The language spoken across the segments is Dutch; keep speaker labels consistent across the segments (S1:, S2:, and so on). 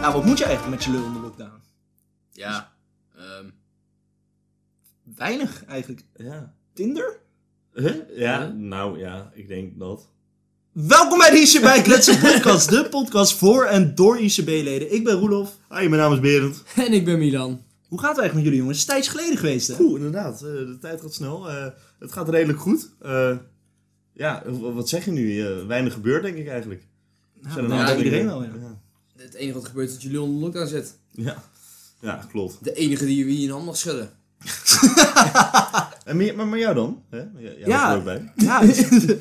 S1: Nou, wat moet je eigenlijk met je lul in de lockdown? Dus-
S2: Ja. ehm,
S1: Weinig eigenlijk.
S3: Ja.
S1: Tinder?
S3: Huh? Ja,
S2: Huh?
S3: nou ja, ik denk dat.
S1: Welkom bij de ICB Kletsen Podcast, de podcast voor en door ICB-leden. Ik ben Roelof.
S3: Hi, mijn naam is Berend.
S2: en ik ben Milan.
S1: Hoe gaat het eigenlijk met jullie jongens? Het is tijds geleden geweest hè?
S3: Oeh, inderdaad, eh, de tijd gaat snel. Eh, het gaat redelijk goed. Eh, ja, w- wat zeg je nu? Eh, weinig gebeurt, denk ik eigenlijk.
S1: Nou,
S3: Zijn er
S1: nou,
S3: een aantal
S1: iedereen
S3: dingen-
S1: wel ja.
S3: Ja.
S2: Het enige wat gebeurt is dat je lul in de lockdown zit.
S3: Ja. ja, klopt.
S2: De enige die je in je hand mag schudden.
S3: En, maar, maar, maar jou dan? Hè? J- Jij
S1: Ja.
S3: was er ook bij.
S1: Ja,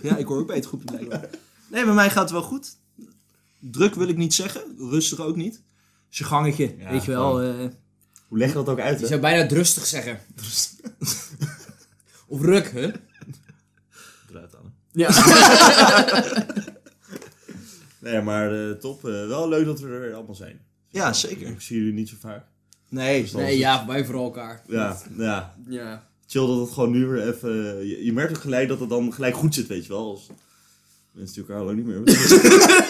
S1: ja, ik hoor ook bij het groepje blijkbaar. Nee, bij mij gaat het wel goed. Druk wil ik niet zeggen, rustig ook niet. Is je gangetje,
S3: Ja,
S1: weet je wel. eh.
S3: Hoe leg je dat ook uit?
S2: Je
S3: Hè?
S2: zou bijna rustig zeggen. of ruk, hè?
S3: Eruit halen.
S2: Ja.
S3: Nee, maar eh, top. Eh, wel leuk dat we er allemaal zijn.
S1: ja, zeker.
S3: Ik zie jullie niet zo vaak.
S1: Nee,
S3: dat-
S2: Nee, ja, wij voor elkaar.
S3: Ja, ja.
S2: Ja.
S3: Chill dat het gewoon nu weer even... Je, je merkt ook gelijk dat het dan gelijk goed zit, weet je wel. Als mensen natuurlijk elkaar al lang niet meer hebben.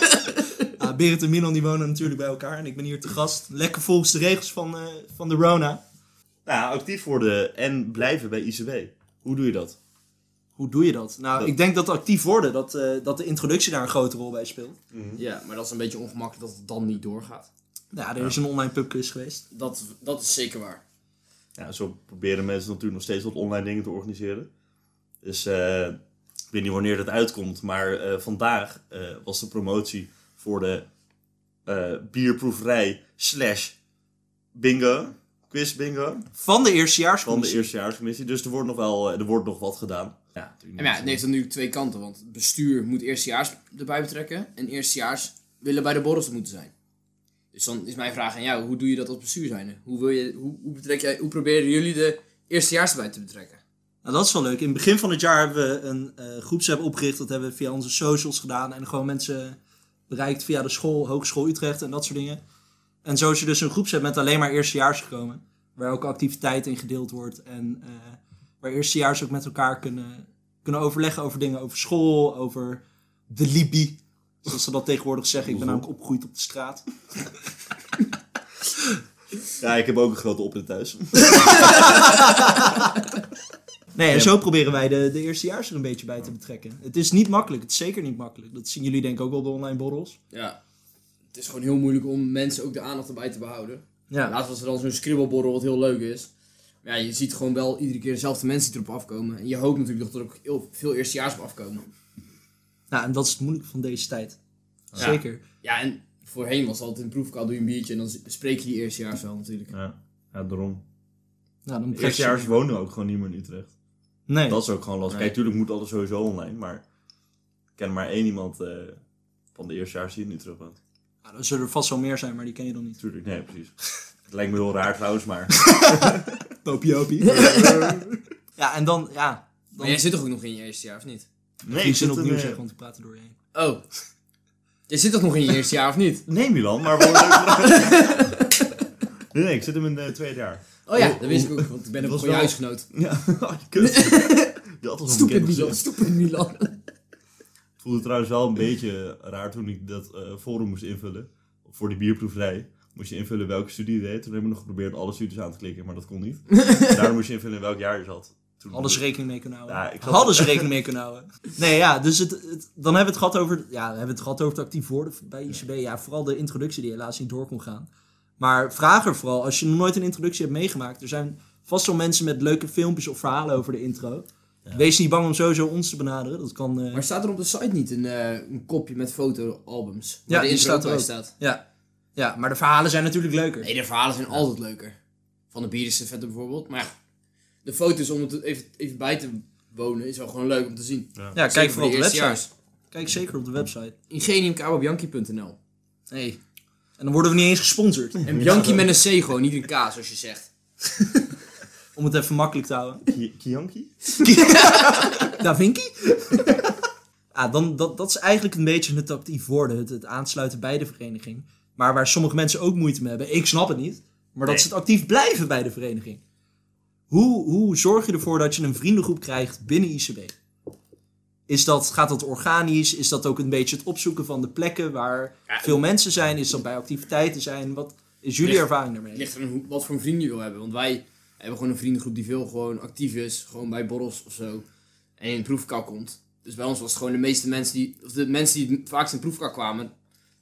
S1: Ah, Berend en Milan die wonen natuurlijk bij elkaar en ik ben hier te gast. Lekker volgens de regels van, eh, van de Rona.
S3: Nou, actief worden en blijven bij ICB. Hoe doe je dat?
S1: Hoe doe je dat? Nou,
S3: Dat-
S1: ik denk dat actief worden, dat, eh, dat de introductie daar een grote rol bij speelt.
S2: ja, maar dat is een beetje ongemakkelijk dat het dan niet doorgaat.
S1: Ja, er is een online pubquiz geweest.
S2: Dat, dat is zeker waar.
S3: Ja, zo proberen mensen natuurlijk nog steeds wat online dingen te organiseren. Dus eh, ik weet niet wanneer dat uitkomt, maar eh, vandaag eh, was de promotie voor de eh, bierproeverij slash bingo, quiz bingo
S1: Van de eerstejaarscommissie.
S3: van de eerstejaarscommissie. Dus er wordt nog wel eh, er wordt nog wat gedaan. Ja, natuurlijk
S2: En ja, het heeft dan nu twee kanten, want het bestuur moet eerstejaars erbij betrekken en eerstejaars willen bij de borrels moeten zijn. Dus dan is mijn vraag aan jou, hoe doe je dat als bestuur zijnde? Hoe, wil je, hoe, hoe, betrek jij, hoe proberen jullie de eerstejaars erbij te betrekken?
S1: Nou, dat is wel leuk. In het begin van het jaar hebben we een eh groepsapp opgericht. Dat hebben we via onze socials gedaan. En gewoon mensen bereikt via de school, Hogeschool Utrecht en dat soort dingen. En zo is er dus een groepsapp met alleen maar eerstejaars gekomen. Waar ook activiteit in gedeeld wordt. En eh, waar eerstejaars ook met elkaar kunnen, kunnen overleggen over dingen. Over school, over de Libi. Zoals ze dat tegenwoordig zeggen. Ik ben namelijk opgegroeid op de straat.
S3: Ja, ik heb ook een grote oprit thuis.
S1: Nee, en zo proberen wij de, de eerstejaars er een beetje bij te betrekken. Het is niet makkelijk. Het is zeker niet makkelijk. Dat zien jullie denk ik ook wel op de online borrels.
S2: Ja, het is gewoon heel moeilijk om mensen ook de aandacht erbij te behouden.
S1: Ja,
S2: Laatst was er dan zo'n scribbelborrel wat heel leuk is. Maar ja, je ziet gewoon wel iedere keer dezelfde mensen die erop afkomen. En je hoopt natuurlijk nog dat er ook heel veel eerstejaars op afkomen.
S1: Nou, en dat is het moeilijke van deze tijd.
S2: Ja.
S1: Zeker.
S2: Ja, en voorheen was het altijd in proefkaal doe je een biertje en dan spreek je die eerstejaars wel natuurlijk.
S3: Ja, ja daarom.
S1: Nou, dan krijg je-
S3: Eerstejaars wonen ook gewoon niet meer in Utrecht.
S1: Nee.
S3: Dat is ook gewoon lastig.
S2: Nee.
S3: Kijk, tuurlijk moet alles sowieso online, maar ik ken maar één iemand eh, van de eerstejaars die het nu terug woont.
S1: Nou, er zullen er vast wel meer zijn, maar die ken je dan niet.
S3: Tuurlijk, nee, precies. Het lijkt me heel raar trouwens, maar
S1: Popie, ja, en dan, ja. Dan
S2: Maar jij zit toch ook nog in je eerstejaar, of niet?
S3: nee,
S1: die
S3: ik
S1: zin
S3: zit eh,
S1: opnieuw
S3: een,
S1: zeggen, want we praten doorheen.
S2: Oh. Jij zit toch nog in je eerstejaar, of niet?
S3: eh, Nee, Milan, maar we worden Nee, nee, ik zit hem in het tweede jaar.
S2: Oh ja, dat wist ik ook, want ik ben ook
S3: Dat was
S2: gewoon je
S3: wel-
S2: huisgenoot.
S3: Ja, oh, kut. Je had ons een
S2: Stoepid
S3: bekend
S2: Milan,
S3: gezicht.
S2: stoepid Milan.
S3: Ik voelde trouwens wel een beetje raar toen ik dat eh, forum moest invullen. Voor die bierproeverij. Moest je invullen welke studie je deed. Toen hebben we nog geprobeerd alle studies aan te klikken, maar dat kon niet. Daarom moest je invullen in welk jaar je zat. Toen
S1: Hadden ze rekening mee kunnen houden.
S3: Ja, ik had-
S1: Hadden ze rekening mee kunnen houden. Nee, ja, dus het, het- dan hebben we het gehad over, ja, dan hebben we het gehad over het actief worden bij ICB. Ja, vooral de introductie die helaas niet door kon gaan. Maar vraag er vooral, als je nog nooit een introductie hebt meegemaakt, er zijn vast wel mensen met leuke filmpjes of verhalen over de intro. Wees niet bang om sowieso ons te benaderen. Dat kan. eh,
S2: Maar staat er op de site niet een, eh, een kopje met fotoalbums?
S1: Ja,
S2: Waar de
S1: die
S2: intro
S1: staat
S2: ook
S1: er
S2: bij
S1: ook.
S2: staat.
S1: Ja. ja, maar de verhalen zijn natuurlijk leuker.
S2: Nee, de verhalen zijn altijd leuker. Van de bierenstafette bijvoorbeeld. Maar ja, de foto's om het even, even bij te wonen is wel gewoon leuk om te zien.
S1: ja, kijk
S2: Zeker
S1: vooral op de
S2: de
S1: website.
S2: eerstejaars.
S1: Kijk zeker op de website.
S2: Ingeniumkabobianchi.nl
S1: Hey. En dan worden we niet eens gesponsord.
S2: En Bianchi met een C gewoon, niet een K zoals je zegt.
S1: Om het even makkelijk te houden.
S3: Ki- Kianki?
S1: Da Vinci? ah, dan, dat, dat is eigenlijk een beetje het actief worden. Het, het aansluiten bij de vereniging. Maar waar sommige mensen ook moeite mee hebben. Ik snap het niet. Maar dat
S3: Nee.
S1: ze het actief blijven bij de vereniging. Hoe, hoe zorg je ervoor dat je een vriendengroep krijgt binnen ICB? Is dat, gaat dat organisch? Is dat ook een beetje het opzoeken van de plekken waar
S2: Ja,
S1: veel mensen zijn? Is dat bij activiteiten zijn? Wat is jullie
S2: Ligt-
S1: ervaring
S2: Het
S1: daarmee?
S2: ligt er hoe, wat voor een vrienden je wil hebben. Want wij hebben gewoon een vriendengroep die veel gewoon actief is. Gewoon bij borrels of zo. En in een proefkou komt. Dus bij ons was het gewoon de meeste mensen die... Of de mensen die het vaakst in de proefkou kwamen.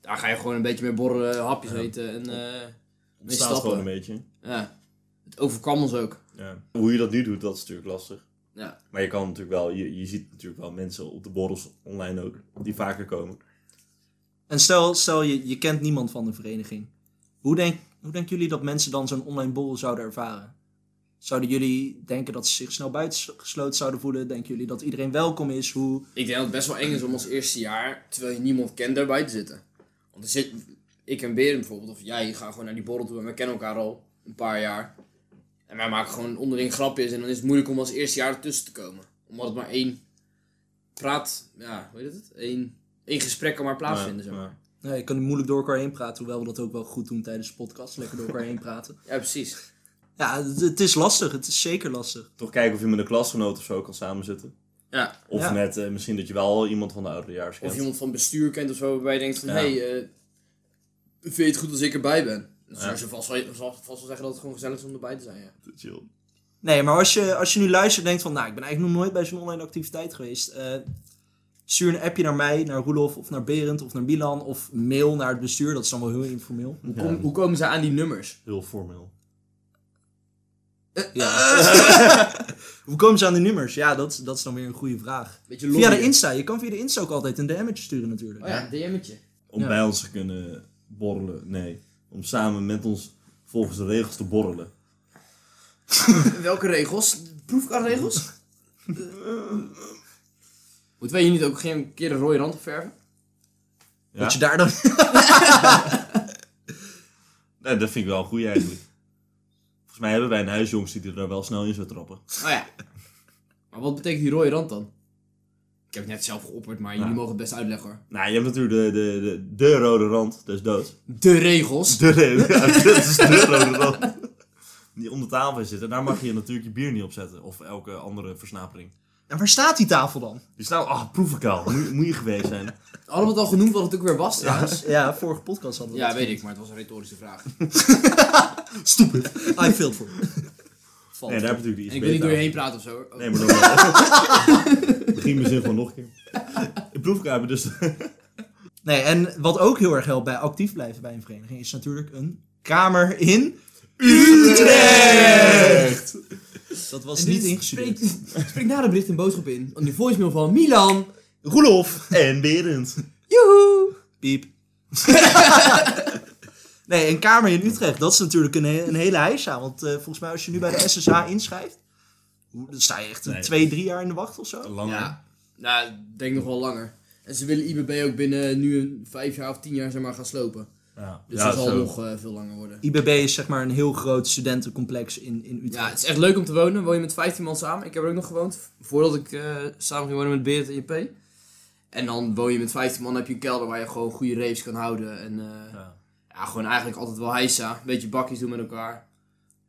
S2: Daar ga je gewoon een beetje mee borrelen, hapjes
S3: Ja.
S2: eten en... eh,
S3: Het staat
S2: stappen.
S3: gewoon een beetje.
S2: ja. Het overkwam ons ook.
S3: Ja. Hoe je dat nu doet, dat is natuurlijk lastig.
S2: Ja.
S3: Maar je kan natuurlijk wel, je, je ziet natuurlijk wel mensen op de borrels online ook, die vaker komen.
S1: En stel, stel je, je kent niemand van de vereniging. Hoe, denk, hoe denken jullie dat mensen dan zo'n online borrel zouden ervaren? Zouden jullie denken dat ze zich snel buitengesloten zouden voelen? Denken jullie dat iedereen welkom is? Hoe...
S2: Ik denk dat het best wel eng is om als eerste jaar, terwijl je niemand kent, daarbij te zitten. Want er zit, ik en Beren bijvoorbeeld, of jij, gaan gewoon naar die borrel toe en we kennen elkaar al een paar jaar. En wij maken gewoon onderling grapjes en dan is het moeilijk om als eerste jaar ertussen te komen. Omdat het maar één praat, ja, hoe heet het? Eén, één gesprek kan maar plaatsvinden, zeg maar.
S1: Nee, nou, je kan moeilijk door elkaar heen praten, hoewel we dat ook wel goed doen tijdens de podcast. Lekker door elkaar heen praten.
S2: Ja, precies.
S1: Ja, het, het is lastig. Het is zeker lastig.
S3: Toch kijken of je met een klasgenoot of zo kan samenzitten.
S2: Ja.
S3: Of
S1: Ja.
S3: met eh, misschien dat je wel iemand van de ouderejaars
S2: Of
S3: kent.
S2: iemand van bestuur kent of zo, waarbij je denkt van,
S3: Ja.
S2: hé, hey, eh, vind je het goed als ik erbij ben? Dan zou
S3: Ja.
S2: ze vast wel, vast vast wel zeggen dat het gewoon gezellig is om erbij te zijn, ja.
S3: Chill.
S1: Nee, maar als je, als je nu luistert en denkt van... Nou, ik ben eigenlijk nog nooit bij zo'n online activiteit geweest. eh, stuur een appje naar mij, naar Roelof of naar Berend of naar Milan. Of mail naar het bestuur. Dat is dan wel heel informeel.
S2: Hoe, kom- hoe komen ze aan die nummers?
S3: Heel formeel.
S1: Hoe komen ze aan de nummers? Ja, dat, dat is dan weer een goede vraag.
S2: Beetje
S1: Via de
S2: lobbyen.
S1: Insta. Je kan via de Insta ook altijd een DM'tje sturen natuurlijk.
S2: Oh ja, een DM'tje.
S3: Om
S1: Ja.
S3: bij ons te kunnen borrelen. Nee. Om samen met ons volgens de regels te borrelen.
S2: Welke regels? Proefkaartregels? Moeten wij hier niet ook geen keer een rode rand op verven?
S3: Ja?
S1: Dat je daar dan...
S3: Nee, dat vind ik wel goed eigenlijk. Volgens mij hebben wij een huisjongs die er daar wel snel in zou trappen.
S2: Oh ja. Maar wat betekent die rode rand dan? Ik heb het net zelf geopperd, maar jullie
S3: Ja.
S2: mogen het best uitleggen hoor.
S3: Nou, je hebt natuurlijk de, de, de, de rode rand, dat is dood.
S2: De regels.
S3: De reden, ja, dat is de rode rand. Die onder tafel zit. En daar mag je natuurlijk je bier niet op zetten. Of elke andere versnapering.
S1: En waar staat die tafel dan?
S3: Die staan, ah, proefkaal. Moet, moet je geweest zijn.
S2: Hadden we het al genoemd wat het ook weer was trouwens?
S1: Ja, vorige podcast hadden we
S2: Ja,
S1: dat.
S2: weet ik, maar het was een retorische vraag.
S1: Stupid. I feel for it. Valt.
S3: Nee, daar heb je natuurlijk die
S2: En ik wil niet door je
S3: ISB tafel.
S2: heen praten of zo. hoor. Oh.
S3: Nee, maar dan wel. Begin mijn zin gewoon nog een keer. In proefkaal hebben we dus
S1: Nee, en wat ook heel erg helpt bij actief blijven bij een vereniging... is natuurlijk een kamer in... Utrecht! Dat was
S2: En
S1: niet
S2: dit
S1: ingestudeerd.
S2: Spreek, spreek na de bericht een boodschap in. Op de voicemail van Milan.
S1: Roelof!
S3: En Berend.
S2: Joehoe.
S1: Piep. nee, een kamer in Utrecht, dat is natuurlijk een, he- een hele heisa. Want eh, volgens mij als je nu bij de SSH inschrijft... hoe- Dan sta je echt een
S3: Nee.
S1: twee, drie jaar in de wacht of zo.
S3: Langer.
S2: Ja, nou, ik denk nog wel langer. En ze willen IBB ook binnen nu een vijf jaar of tien jaar zeg maar, gaan slopen.
S3: Ja,
S2: Dus
S3: Ja,
S2: dat zal
S3: zo.
S2: nog eh, veel langer worden.
S1: IBB is zeg maar een heel groot studentencomplex in, in Utrecht.
S2: Ja, het is echt leuk om te wonen. Woon je met 15 man samen. Ik heb er ook nog gewoond. Voordat ik eh, samen ging wonen met Beert en JP. En dan woon je met 15 man, dan heb je een kelder waar je gewoon goede raves kan houden. En eh, ja.
S3: Ja.
S2: gewoon eigenlijk altijd wel heisa. Een beetje bakjes doen met elkaar.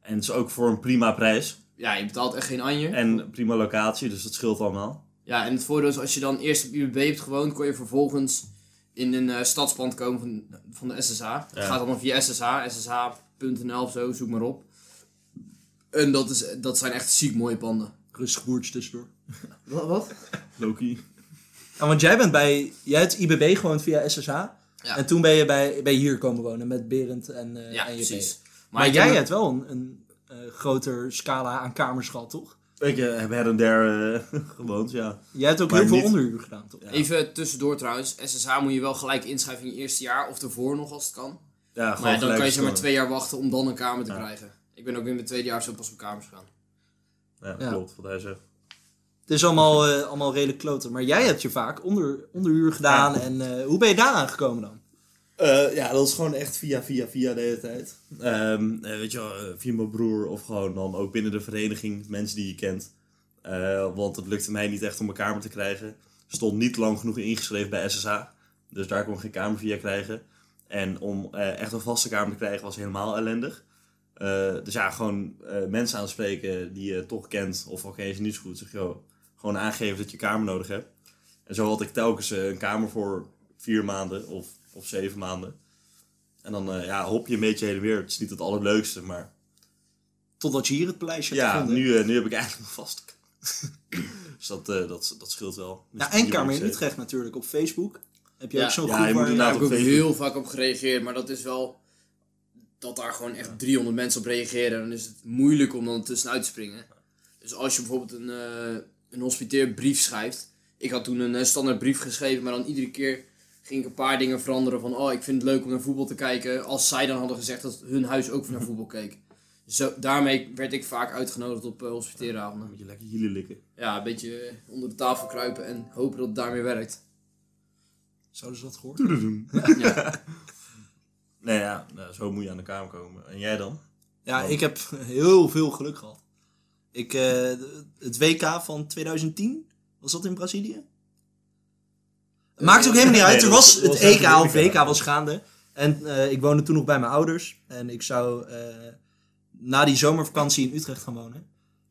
S3: En het is ook voor een prima prijs.
S2: Ja, je betaalt echt geen anje.
S3: En prima locatie, dus dat scheelt allemaal.
S2: Ja, en het voordeel is als je dan eerst op UWB hebt gewoond, kon je vervolgens in een eh, stadspand komen van, van de SSH. Het gaat allemaal via SSH, ssh.nl of zo, zoek maar op. En dat, is, dat zijn echt ziek mooie panden.
S1: Rustig boertje tussendoor.
S2: Wat? wat?
S3: Loki.
S1: Ja, want jij bent bij... Jij hebt IBB gewoond via SSH. En toen ben je bij, ben je hier komen wonen met Berend en, eh
S2: Ja,
S1: en JP.
S2: precies.
S1: Maar,
S2: ik
S1: jij
S2: heb-
S1: hebt wel een, een eh, groter scala aan kamers gehad, toch?
S3: Ik eh, heb her en der eh, gewoond, ja.
S1: Jij hebt ook
S3: Maar
S1: heel
S3: niet-
S1: veel onderhuur gedaan, toch?
S2: Even tussendoor trouwens, SSH moet je wel gelijk inschrijven in je eerste jaar of ervoor nog als het kan.
S3: Ja, gewoon
S2: Maar ja, dan
S3: gelijk
S2: kan je zeg maar
S3: scoren.
S2: twee jaar wachten om dan een kamer te
S3: Ja.
S2: krijgen. Ik ben ook in mijn tweede jaar zo pas op kamers gegaan.
S3: Ja,
S1: Ja.
S3: klopt, wat hij zegt.
S1: Het is allemaal, eh, allemaal redelijk kloten. Maar jij hebt je vaak onder, onderhuur gedaan. En eh, hoe ben je daaraan gekomen dan?
S3: Eh, ja, dat is gewoon echt via, via, via de hele tijd. Ehm, eh, weet je wel, eh, via mijn broer of gewoon dan ook binnen de vereniging, mensen die je kent. Eh, want het lukte mij niet echt om een kamer te krijgen. Stond niet lang genoeg ingeschreven bij SSH. Dus daar kon ik geen kamer via krijgen. En om eh, echt een vaste kamer te krijgen was helemaal ellendig. Eh, dus ja, gewoon eh, mensen aanspreken die je toch kent. Of oké, is niet zo goed. Zeg, joh, gewoon aangeven dat je kamer nodig hebt. En zo had ik telkens eh, een kamer voor vier maanden of, of zeven maanden. En dan eh, ja, hop je een beetje heen en weer. Het is niet het allerleukste, maar
S1: Totdat je hier het paleisje hebt
S3: ja,
S1: gevonden.
S3: nu, eh, nu heb ik eigenlijk mijn vaste kamer. dus dat, eh, dat, dat scheelt wel.
S1: Ja,
S3: Dus die
S1: Nou, en
S3: moet
S1: Kamer
S3: ik
S1: in
S3: zeker-
S1: Utrecht natuurlijk. Op Facebook heb je
S2: Ja.
S1: ook zo'n
S3: Ja,
S1: groep
S3: je
S1: waar
S3: moet
S2: Daar
S3: inderdaad-
S2: heb ik ook
S3: Facebook.
S2: heel vaak op gereageerd, maar dat is wel dat daar gewoon echt 300 mensen op reageren. Dan is het moeilijk om dan tussenuit te springen. Dus als je bijvoorbeeld een, eh een hospiteerbrief schrijft. Ik had toen een eh, standaard brief geschreven, maar dan iedere keer ging ik een paar dingen veranderen. Van oh, ik vind het leuk om naar voetbal te kijken. Als zij dan hadden gezegd dat hun huis ook naar voetbal keek. Zo, daarmee werd ik vaak uitgenodigd op eh
S3: Dan
S2: hospiteeravonden.
S3: moet je lekker hielen likken.
S2: Ja, een beetje eh, onder de tafel kruipen en hopen dat het daarmee werkt.
S1: Zouden ze dat gehoord?
S3: Nee, ja, nou, zo moet je aan de kamer komen. En jij dan?
S1: Ja,
S3: Want-
S1: ik heb heel veel geluk gehad. Ik, eh, de- het WK van 2010, was dat in Brazilië? Het maakt ook helemaal niet uit.
S3: Nee,
S1: er
S3: dat
S1: was
S3: was-
S1: het
S3: was
S1: EK
S3: echt
S1: of
S3: Amerika.
S1: WK was gaande. En eh, ik woonde toen nog bij mijn ouders. En ik zou eh, na die zomervakantie in Utrecht gaan wonen.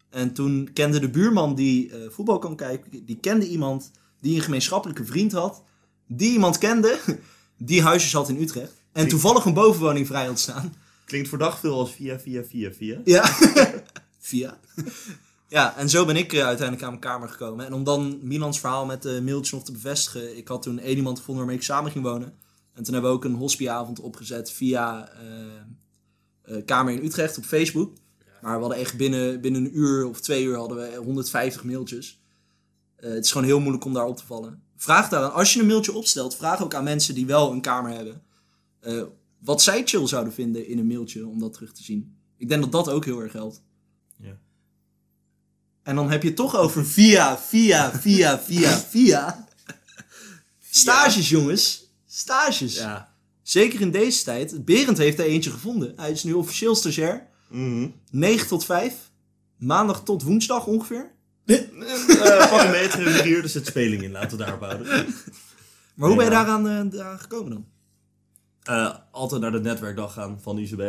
S1: En toen kende de buurman die eh, voetbal kan kijken, die kende iemand die een gemeenschappelijke vriend had. Die iemand kende, die huisjes had in Utrecht. En toevallig een bovenwoning vrij ontstaan.
S3: Klinkt voor dag veel als via, via, via, via.
S1: Ja. Via. Ja, en zo ben ik eh, uiteindelijk aan mijn kamer gekomen. En om dan Milans verhaal met de mailtjes nog te bevestigen. Ik had toen één iemand gevonden waarmee ik samen ging wonen. En toen hebben we ook een hospiavond opgezet via eh, eh, Kamer in Utrecht op Facebook. Maar we hadden echt binnen, binnen een uur of twee uur hadden we 150 mailtjes. Eh, het is gewoon heel moeilijk om daar op te vallen. Vraag daaraan, als je een mailtje opstelt, vraag ook aan mensen die wel een kamer hebben. eh, wat zij chill zouden vinden in een mailtje om dat terug te zien. Ik denk dat dat ook heel erg helpt.
S3: Ja.
S1: En dan heb je het toch over via, via, via, via, via. Stages, jongens. Stages.
S3: Ja.
S1: Zeker in deze tijd. Berend heeft er eentje gevonden. Hij is nu officieel stagiair.
S3: Mhm.
S1: 9 tot 5. Maandag tot woensdag ongeveer.
S3: Eh, pak een meter in de rier, er zit speling in. Laten we daarop houden.
S1: Maar hoe ben je
S3: Ja.
S1: daaraan, eh, daaraan gekomen dan?
S3: Eh, altijd naar de netwerkdag gaan van de ICB.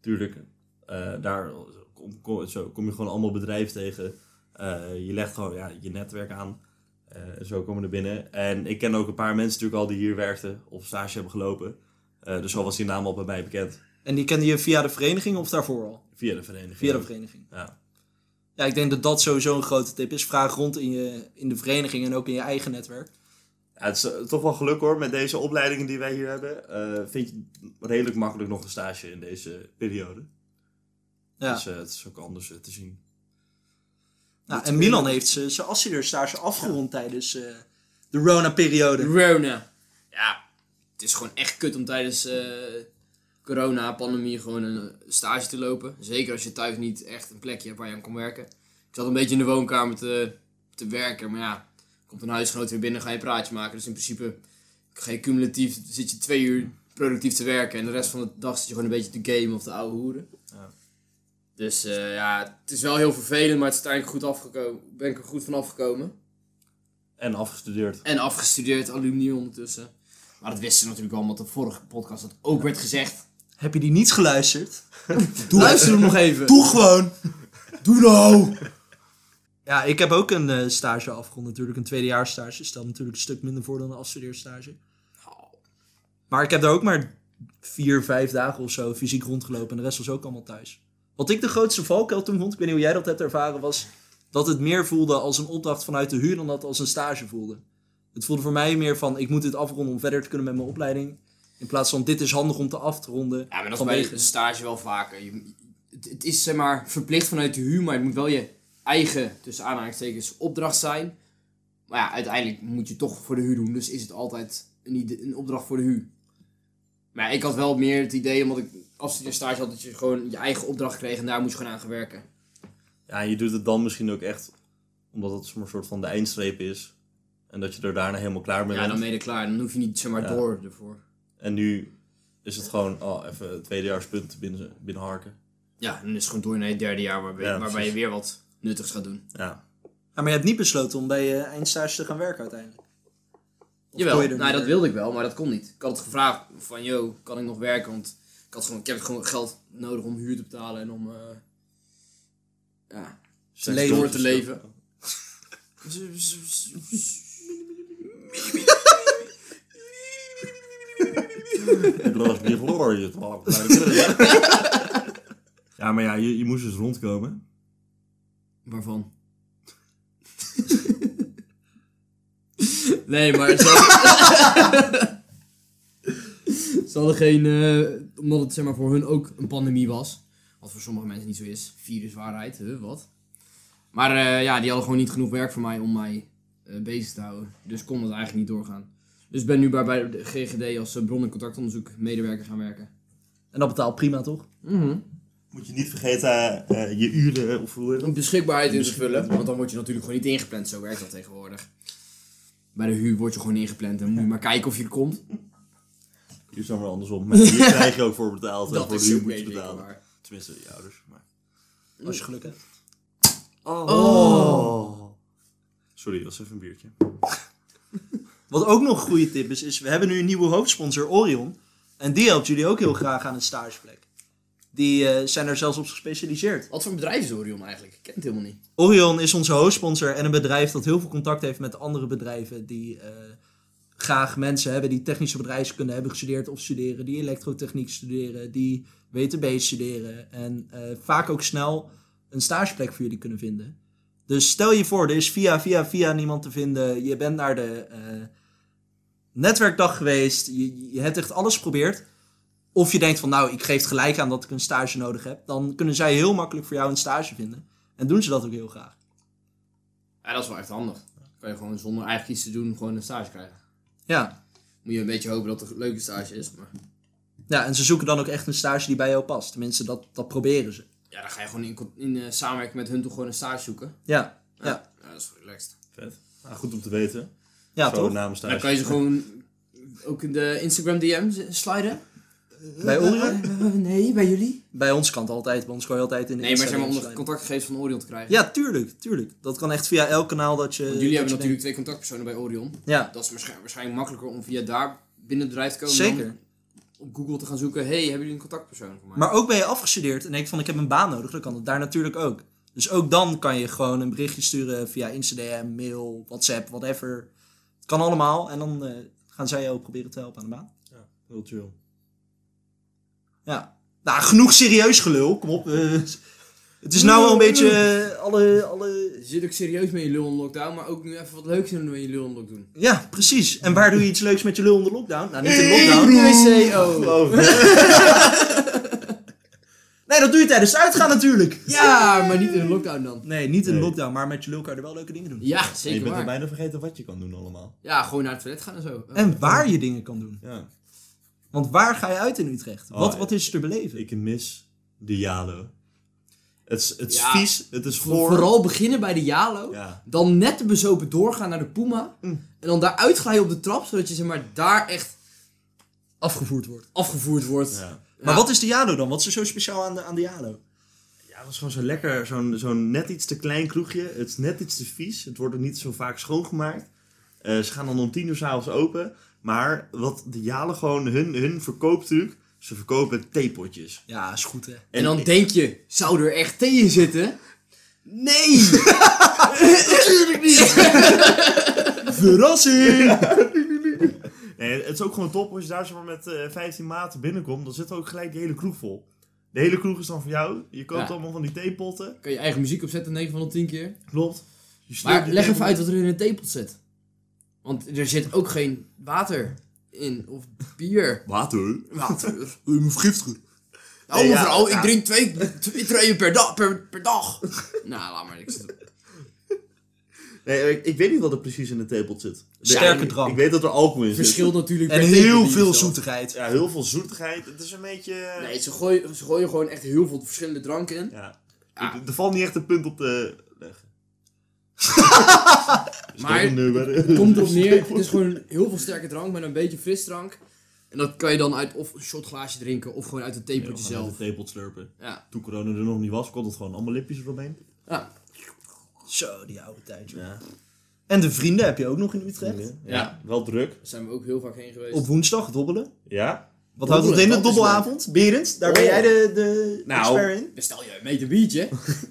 S3: Tuurlijk. Eh, daar kom, kom- zo kom je gewoon allemaal bedrijven tegen. Eh, je legt gewoon ja, je netwerk aan. Eh, zo komen we er binnen. En ik ken ook een paar mensen natuurlijk al die hier werkten of stage hebben gelopen. Eh, dus al was die naam al bij mij bekend.
S1: En die kende je via de vereniging of daarvoor al?
S3: Via de vereniging.
S1: Via de vereniging.
S3: Ja.
S1: Ja, ik denk dat dat sowieso een grote tip is. Vraag rond in, je, in de vereniging en ook in je eigen netwerk.
S3: Ja, het is eh, toch wel geluk hoor, met deze opleidingen die wij hier hebben. eh, vind je redelijk makkelijk nog een stage in deze periode.
S1: Ja.
S3: Dus eh, het is ook anders eh, te zien.
S1: Nou, en Milan heeft zijn zijn afstudeerstage afgerond tijdens eh, de Rona-periode.
S2: Rona. Ja, het is gewoon echt kut om tijdens eh, corona, pandemie, gewoon een eh, stage te lopen. Zeker als je thuis niet echt een plekje hebt waar je aan kon werken. Ik zat een beetje in de woonkamer te, te werken, maar ja, komt een huisgenoot weer binnen, ga je een praatje maken. Dus in principe ga je cumulatief, zit je twee uur productief te werken en de rest van de dag zit je gewoon een beetje te gamen of te ouwe hoeren.
S3: Ja.
S2: Dus eh, ja, het is wel heel vervelend, maar het is uiteindelijk goed afgekomen. Ben ik er goed van afgekomen.
S3: En afgestudeerd.
S2: En afgestudeerd alumni ondertussen. Maar dat wisten ze natuurlijk al, omdat de vorige podcast dat ook werd gezegd.
S1: Heb je die niet geluisterd?
S2: Luister hem nog even.
S1: Doe gewoon! Doe nou! Ja, ik heb ook een eh, stage afgerond natuurlijk. Een tweedejaarstage. Stelt natuurlijk een stuk minder voor dan een afstudeerstage. Maar ik heb daar ook maar vier, vijf dagen of zo fysiek rondgelopen. En de rest was ook allemaal thuis. Wat ik de grootste valkuil toen vond, ik weet niet hoe jij dat hebt ervaren, was dat het meer voelde als een opdracht vanuit de huur dan dat het als een stage voelde. Het voelde voor mij meer van, ik moet dit afronden om verder te kunnen met mijn opleiding. In plaats van, dit is handig om te af te ronden.
S2: Ja, maar dat is bij
S1: vanwege-
S2: een stage wel vaker. Je- het, het is zeg maar verplicht vanuit de huur, maar het moet wel je eigen, tussen aanhalingstekens, opdracht zijn. Maar ja, uiteindelijk moet je het toch voor de huur doen, dus is het altijd een, ide- een opdracht voor de huur. Maar ja, ik had wel meer het idee, omdat ik afstudeerstage had, dat je gewoon je eigen opdracht kreeg en daar moest je gewoon aan gaan werken.
S3: Ja, je doet het dan misschien ook echt omdat het zo'n soort van de eindstreep is. En dat je er daarna helemaal klaar mee
S2: Ja,
S3: bent.
S2: dan ben je er klaar. Dan hoef je niet zeg maar
S3: Ja.
S2: door ervoor.
S3: En nu is het gewoon, oh, even het tweedejaarspunt binnen, binnenharken.
S2: Ja, dan is het gewoon door naar het derde jaar waarbij,
S3: Ja,
S2: waarbij
S3: precies.
S2: je weer wat nuttigs gaat doen.
S3: Ja.
S1: Ja, maar je hebt niet besloten om bij je eindstage te gaan werken uiteindelijk. Of kon je
S2: Jawel,
S1: er
S2: nou,
S1: niet
S2: dat wilde ik wel, maar dat kon niet. Ik had het gevraagd van, yo, kan ik nog werken? Want ik, had gewoon, ik heb gewoon geld nodig om huur te betalen en om eh, ja,
S3: Seks
S2: leven. Dus,
S3: door
S2: door te leven.
S3: Ik las niet glorious. Ja, maar ja, je, je moest dus rondkomen.
S2: Waarvan? nee, maar het zal... ze hadden geen... eh, omdat het zeg maar, voor hun ook een pandemie was. Wat voor sommige mensen niet zo is. Viruswaarheid, huh, wat? Maar eh, ja, die hadden gewoon niet genoeg werk voor mij om mij eh, bezig te houden. Dus kon het eigenlijk niet doorgaan. Dus ik ben nu bij, bij de GGD als eh, bron- en contactonderzoek medewerker gaan werken.
S1: En dat betaalt prima, toch?
S3: Moet je niet vergeten eh, je uren of hoe heet dat?
S2: Om beschikbaarheid in te vullen, want dan word je natuurlijk gewoon niet ingepland, zo werkt dat tegenwoordig. Bij de huur word je gewoon ingepland en moet je maar kijken of je er komt.
S3: Hier is dan weer andersom. Maar hier krijg je ook voor betaald. en
S2: Dat
S3: voor de
S2: is
S3: huur
S2: ook
S3: moet je
S2: weer
S3: betalen.
S2: waar.
S3: Tenminste, je ouders. Maar...
S1: Als je geluk hebt. Oh.
S2: Oh.
S3: Sorry, dat was even een biertje.
S1: Wat ook nog een goede tip is, is we hebben nu een nieuwe hoofdsponsor, Orion. En die helpt jullie ook heel graag aan een stageplek. Die eh, zijn er zelfs op gespecialiseerd.
S2: Wat voor een bedrijf is Orion eigenlijk? Ik ken het helemaal niet.
S1: Orion is onze hoofdsponsor en een bedrijf dat heel veel contact heeft met andere bedrijven die eh, graag mensen hebben die technische bedrijfskunde hebben gestudeerd of studeren, die elektrotechniek studeren, die WTB studeren en eh, vaak ook snel een stageplek voor jullie kunnen vinden. Dus stel je voor, er is via, via, via niemand te vinden. Je bent naar de eh, netwerkdag geweest. Je, je hebt echt alles geprobeerd. Of je denkt van, nou, ik geef het gelijk aan dat ik een stage nodig heb. Dan kunnen zij heel makkelijk voor jou een stage vinden. En doen ze dat ook heel graag.
S2: Ja, dat is wel echt handig. Dan kan je gewoon zonder eigenlijk iets te doen gewoon een stage krijgen.
S1: Ja.
S2: Moet je een beetje hopen dat het een leuke stage is, maar
S1: ja, en ze zoeken dan ook echt een stage die bij jou past. Tenminste, dat, dat proberen ze.
S2: ja, dan ga je gewoon in, con- in eh, samenwerking met hun toch gewoon een stage zoeken.
S1: Ja, ja.
S2: Ja, dat is relaxed.
S3: Vet. Nou, goed om te weten.
S1: ja
S3: Zo nou.
S1: toch?
S3: namens
S2: Dan
S3: thuis.
S2: kan je ze gewoon ook in de Instagram DM z- sliden.
S1: Bij Orion?
S2: Eh, nee, bij jullie?
S1: Bij ons kan het altijd. Bij ons kan je altijd in de
S2: Nee, maar zeg maar
S1: Instagram
S2: om de
S1: sliden.
S2: contactgegevens van Orion te krijgen.
S1: Ja, tuurlijk, tuurlijk. Dat kan echt via elk kanaal dat je...
S2: Want jullie
S1: dat
S2: hebben
S1: je
S2: natuurlijk twee contactpersonen bij Orion.
S1: denkt. Ja,
S2: Dat is waarschijn- waarschijnlijk makkelijker om via daar binnen het bedrijf te komen
S1: zeker.
S2: dan op Google te gaan zoeken. hey, hebben jullie een contactpersoon voor mij?
S1: Maar ook ben je afgestudeerd en denk je van ik heb een baan nodig, dan kan dat daar natuurlijk ook. Dus ook dan kan je gewoon een berichtje sturen via Instagram, mail, WhatsApp, whatever. Het kan allemaal en dan eh, gaan zij jou proberen te helpen aan de baan.
S3: Heel chill.
S1: Ja. Nou, genoeg serieus gelul, kom op. eh. het is nou wel een beetje eh, alle, alle...
S2: Je zit ook serieus met je lul in lockdown, maar ook nu even wat leuks in met je lul in lockdown.
S1: Ja, precies. En waar doe je iets leuks met je lul onder lockdown? Nou, niet in lockdown.
S2: WCO!
S1: Nee, dat doe je tijdens het uitgaan natuurlijk.
S2: Ja, maar niet in de lockdown dan.
S1: Nee, niet in
S3: Nee.
S1: lockdown, maar met je lul kan je er wel leuke dingen doen.
S2: Ja,
S3: En je
S2: zeker
S3: bent er
S2: waar.
S3: bijna vergeten wat je kan doen allemaal.
S2: Ja, gewoon naar het toilet gaan en zo. Eh,
S1: En waar je dingen kan doen.
S3: Ja.
S1: Want waar ga je uit in Utrecht?
S3: Oh,
S1: Wat, wat is er te beleven?
S3: Ik mis de Jalo. Het is, het is
S2: Ja.
S3: vies, het is goor.
S2: Vooral beginnen bij de Jalo.
S3: Ja.
S2: Dan net te bezopen doorgaan naar de Puma. En dan daar uitglijden op de trap, zodat je zeg maar daar echt
S1: afgevoerd wordt.
S2: afgevoerd wordt.
S3: Ja.
S1: Maar
S2: Ja.
S1: wat is de Jalo dan? Wat is er zo speciaal aan de, aan de Jalo?
S3: ja, dat is gewoon zo lekker. Zo'n zo'n net iets te klein kroegje. Het is net iets te vies. Het wordt er niet zo vaak schoongemaakt. Eh, ze gaan dan om tien uur s'avonds open. Maar wat de Jalo gewoon, hun, hun verkooptruc, ze verkopen theepotjes.
S1: Ja, is goed hè.
S2: En dan denk je, zou er echt thee in zitten? Nee! Natuurlijk niet!
S1: Verrassing!
S3: Nee, het is ook gewoon top als je daar zomaar met eh, 15 maten binnenkomt. Dan zit er ook gelijk de hele kroeg vol. De hele kroeg is dan voor jou. Je koopt
S2: Ja.
S3: allemaal van die theepotten.
S2: Kan je eigen muziek opzetten 9 van de 10 keer.
S3: Klopt. Je slurpt
S2: Maar
S3: die
S2: leg
S3: thee-
S2: even uit wat er in een theepot zit. Want er zit ook geen water in, of bier.
S3: Water.
S2: Water.
S1: Je moet vergiftigen.
S2: Nou
S3: Nee, ja,
S2: mevrouw,
S3: ja.
S2: ik drink twee, twee treien per, dag per, per dag. nou, laat maar niks.
S3: Nee, ik, ik weet niet wat er precies in de theepot zit.
S1: Sterke
S3: ik-
S1: drank.
S3: Ik weet dat er alcohol in zit.
S2: Verschilt natuurlijk
S1: En
S2: per
S1: heel
S2: theepot
S1: veel
S2: zelf.
S1: zoetigheid.
S3: Ja, heel veel zoetigheid. Het is een beetje... eh,
S2: Nee, ze gooien, ze gooien gewoon echt heel veel verschillende dranken in.
S3: Ja.
S2: Ah.
S3: Er- Er valt niet echt een punt op te leggen.
S2: Maar-
S3: Het
S2: komt erop neer. Het is gewoon heel veel sterke drank met een beetje frisdrank. En dat kan je dan uit of een shotglaasje drinken of gewoon uit het theepotje zelf.
S3: theepot slurpen.
S2: Ja.
S3: Toen corona er nog niet was, kon het gewoon allemaal lipjes eromheen.
S2: Ja.
S1: Zo, die oude tijd. joh.
S3: Ja.
S1: En de vrienden heb je ook nog in Utrecht.
S3: Ja. Wel druk.
S2: Daar zijn we ook heel vaak heen geweest.
S1: Op woensdag dobbelen.
S3: Ja.
S1: Wat houdt het in, de
S2: dat is leuk.
S1: dobbelavond? Berend, daar ben
S3: Oh.
S1: jij de, de
S3: Nou,
S1: expert in.
S2: Bestel je een meter biertje,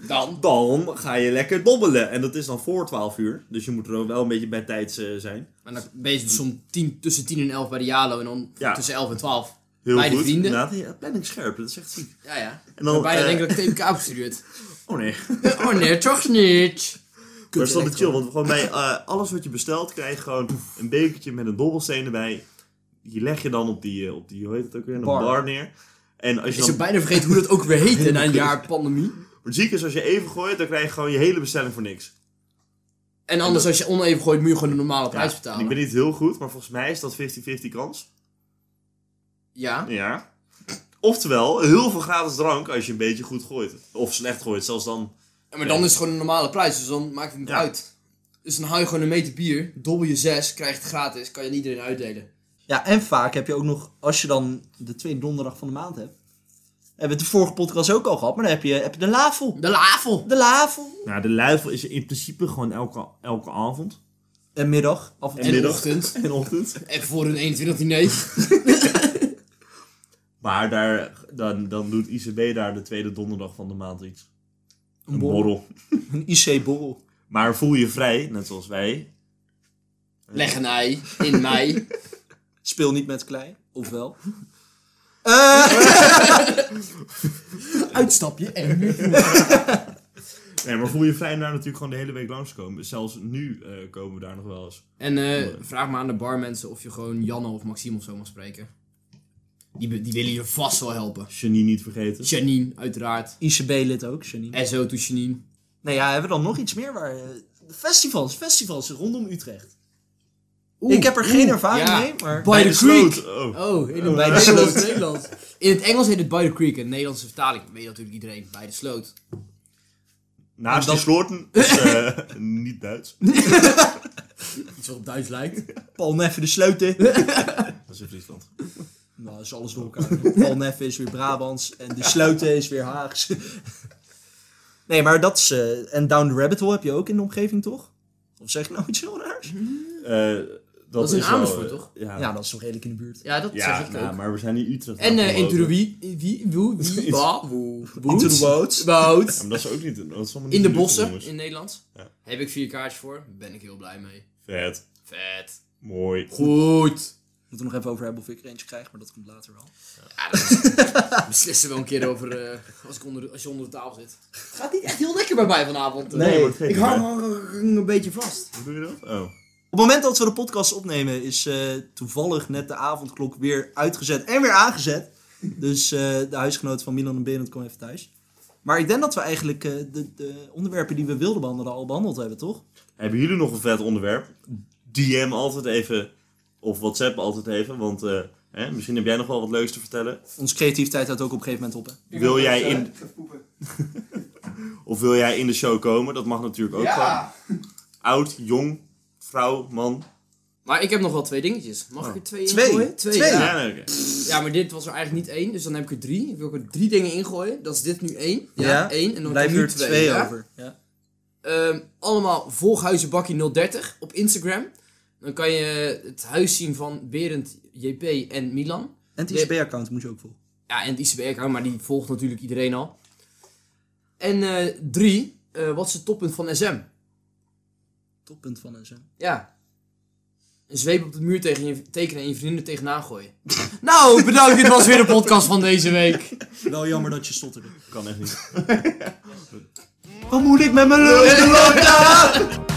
S2: dan.
S3: Dan ga je lekker dobbelen. En dat is dan voor 12 uur. Dus je moet er ook wel een beetje bij tijd eh, zijn.
S2: Maar dan ben je dus om tien, tussen 10 en 11 bij de Jalo en dan
S3: Ja.
S2: tussen 11 en 12.
S3: Heel
S2: Bij de
S3: goed.
S2: vrienden.
S3: Inderdaad, ja, planning scherp. Dat is echt ziek.
S2: Ja, ja.
S3: En dan,
S2: Dan bijna
S3: eh,
S2: denk ik dat ik TMK opgestuurd.
S3: Oh nee.
S2: oh nee, toch niet.
S3: Maar het is altijd chill, want gewoon bij eh, alles wat je bestelt krijg je gewoon een bekertje met een dobbelsteen erbij. Die leg je dan op die, eh, op die hoe heet het ook weer, een
S1: Bar.
S3: bar. neer. En als je
S2: Is
S3: dan
S2: je bijna vergeten hoe dat ook weer heette na een jaar pandemie.
S3: maar ziek is, als je even gooit, dan krijg je gewoon je hele bestelling voor niks.
S2: En anders, als je oneven gooit, moet je gewoon de normale
S3: Ja,
S2: prijs
S3: en ik
S2: betalen.
S3: ben niet heel goed, maar volgens mij is dat 50-50 kans.
S2: Ja.
S3: Ja. Oftewel, heel veel gratis drank als je een beetje goed gooit. Of slecht gooit, zelfs dan.
S2: Ja, maar dan is het gewoon een normale prijs, dus dan maakt het niet
S3: Ja.
S2: uit. Dus dan haal je gewoon een meter bier, dobbel je 6, krijg je het gratis, kan je aan iedereen uitdelen.
S1: Ja, en vaak heb je ook nog, als je dan de tweede donderdag van de maand hebt. Hebben we het de vorige podcast ook al gehad, maar dan heb je, heb je de lafel.
S2: De lafel!
S1: De lafel.
S3: Nou, de luifel is in principe gewoon elke, elke avond.
S1: En middag, af en toe.
S2: En de
S3: middag.
S2: ochtend.
S3: En ochtend.
S2: En voor een 21 diner.
S3: Maar daar, dan, dan doet ICB daar de tweede donderdag van de maand iets. Een
S1: borrel.
S3: borrel.
S1: Een IC-borrel.
S3: Maar voel je vrij, net zoals wij.
S2: Leg een ei in mei.
S1: Speel niet met klei, of wel? Eh,
S2: Uitstapje en
S3: Nee, maar voel je vrij om daar natuurlijk gewoon de hele week langs te komen. Zelfs nu eh, komen we daar nog wel eens.
S2: En eh, vraag maar aan de barmensen of je gewoon Janne of Maxime of zo mag spreken. Die, be- die willen je vast wel helpen.
S3: Janine niet vergeten.
S2: Janine, uiteraard.
S1: ICB-lid ook, Janine.
S2: SO to Janine.
S1: Nou ja, hebben we dan nog iets meer? Waar, eh, de festivals, festivals rondom Utrecht.
S2: Oeh,
S1: ik heb er geen
S2: oeh,
S1: ervaring
S2: ja.
S1: mee, maar...
S2: By the creek.
S3: sloot. Oh.
S2: Oh, in het,
S1: Bij de
S2: Nederlands-
S1: sloot.
S2: Nederlands. In het Engels heet het By the Creek. In de Nederlandse vertaling weet natuurlijk iedereen. Bij de sloot.
S3: Naast
S1: En
S3: die sloten is eh, niet Duits.
S2: Iets wat op Duits lijkt.
S1: Paul Neffen de Sleuten.
S3: Dat is in Friesland.
S1: nou, dat is alles door elkaar. Paul Neffen is weer Brabants en de Sleuten is weer Haags. nee, maar dat is... eh, en Down the Rabbit Hole heb je ook in de omgeving, toch? Of zeg ik nou iets heel raars?
S3: Eh, dat,
S2: is in
S3: wel,
S2: Amersfoort,
S3: eh,
S2: toch?
S3: Ja,
S1: Ja, dat is toch redelijk in de buurt.
S2: Ja, dat
S3: Ja,
S2: zeg ik
S3: nou,
S2: ook.
S3: maar we zijn in Utrecht.
S2: En eh
S3: aangelopen.
S2: into the wie, wie, woe, wie, wa, woe,
S1: Into the
S2: woed.
S1: woods.
S2: Woud.
S3: Ja, maar dat is ook niet... Dat is allemaal niet
S2: In de
S3: Utrecht,
S2: bossen,
S3: jongens.
S2: in Nederland.
S3: Ja.
S2: Heb ik vier kaartjes voor. Ben ik heel blij mee.
S3: Vet.
S2: Vet.
S3: Mooi.
S2: Goed.
S1: Moeten we nog even over hebben of ik er eentje krijg, maar dat komt later wel.
S2: Ja, dat is- beslissen we wel een keer over eh, als, ik onder, als je onder de tafel zit. Het gaat niet echt heel lekker bij mij vanavond. eh.
S3: Nee, maar het geeft
S2: ik
S3: niet,
S2: hang
S3: hè?
S2: hang een beetje vast.
S3: Hoe doe je dat? Oh.
S1: Op het moment dat we de podcast opnemen, is eh, toevallig net de avondklok weer uitgezet en weer aangezet. Dus eh, de huisgenoot van Milan en Berend kwam even thuis. Maar ik denk dat we eigenlijk eh, de, de onderwerpen die we wilden behandelen al behandeld hebben, toch?
S3: Hebben jullie nog een vet onderwerp? DM altijd even. Of WhatsApp altijd even. Want eh, hè, misschien heb jij nog wel wat leuks te vertellen.
S1: Onze creativiteit houdt ook op een gegeven moment op. Hè?
S3: Wil jij in- Of wil jij in de show komen? Dat mag natuurlijk ook gewoon. Oud, jong, vrouw, man.
S2: Maar ik heb nog wel twee dingetjes. Mag ik er twee
S1: Twee?
S2: ingooien?
S1: Twee?
S2: Ja.
S3: Ja, nee, oké.
S2: Ja, maar dit was er eigenlijk niet één, dus dan heb ik er drie. Ik wil er drie dingen ingooien. Dat is dit nu één. Ja, één. En dan
S1: blijven
S2: heb ik
S1: er
S2: nu
S1: twee,
S2: twee. ja?
S1: over. Ja.
S2: Ehm, allemaal volg Huizenbakkie 030 op Instagram. Dan kan je het huis zien van Berend, JP en Milan.
S1: En het ICB-account moet je ook volgen.
S2: Ja, en het ICB-account, maar die volgt natuurlijk iedereen al. En eh, drie, eh, wat is het toppunt van SM?
S1: Toppunt van SM.
S2: Ja. Een zweep op de muur tegen je, tekenen en je vrienden tegenaan gooien. nou, bedankt. Dit was weer de podcast van deze week.
S1: Wel jammer dat je stotterde.
S3: Kan echt niet.
S1: Wat moet ik met mijn lul in de lockdown?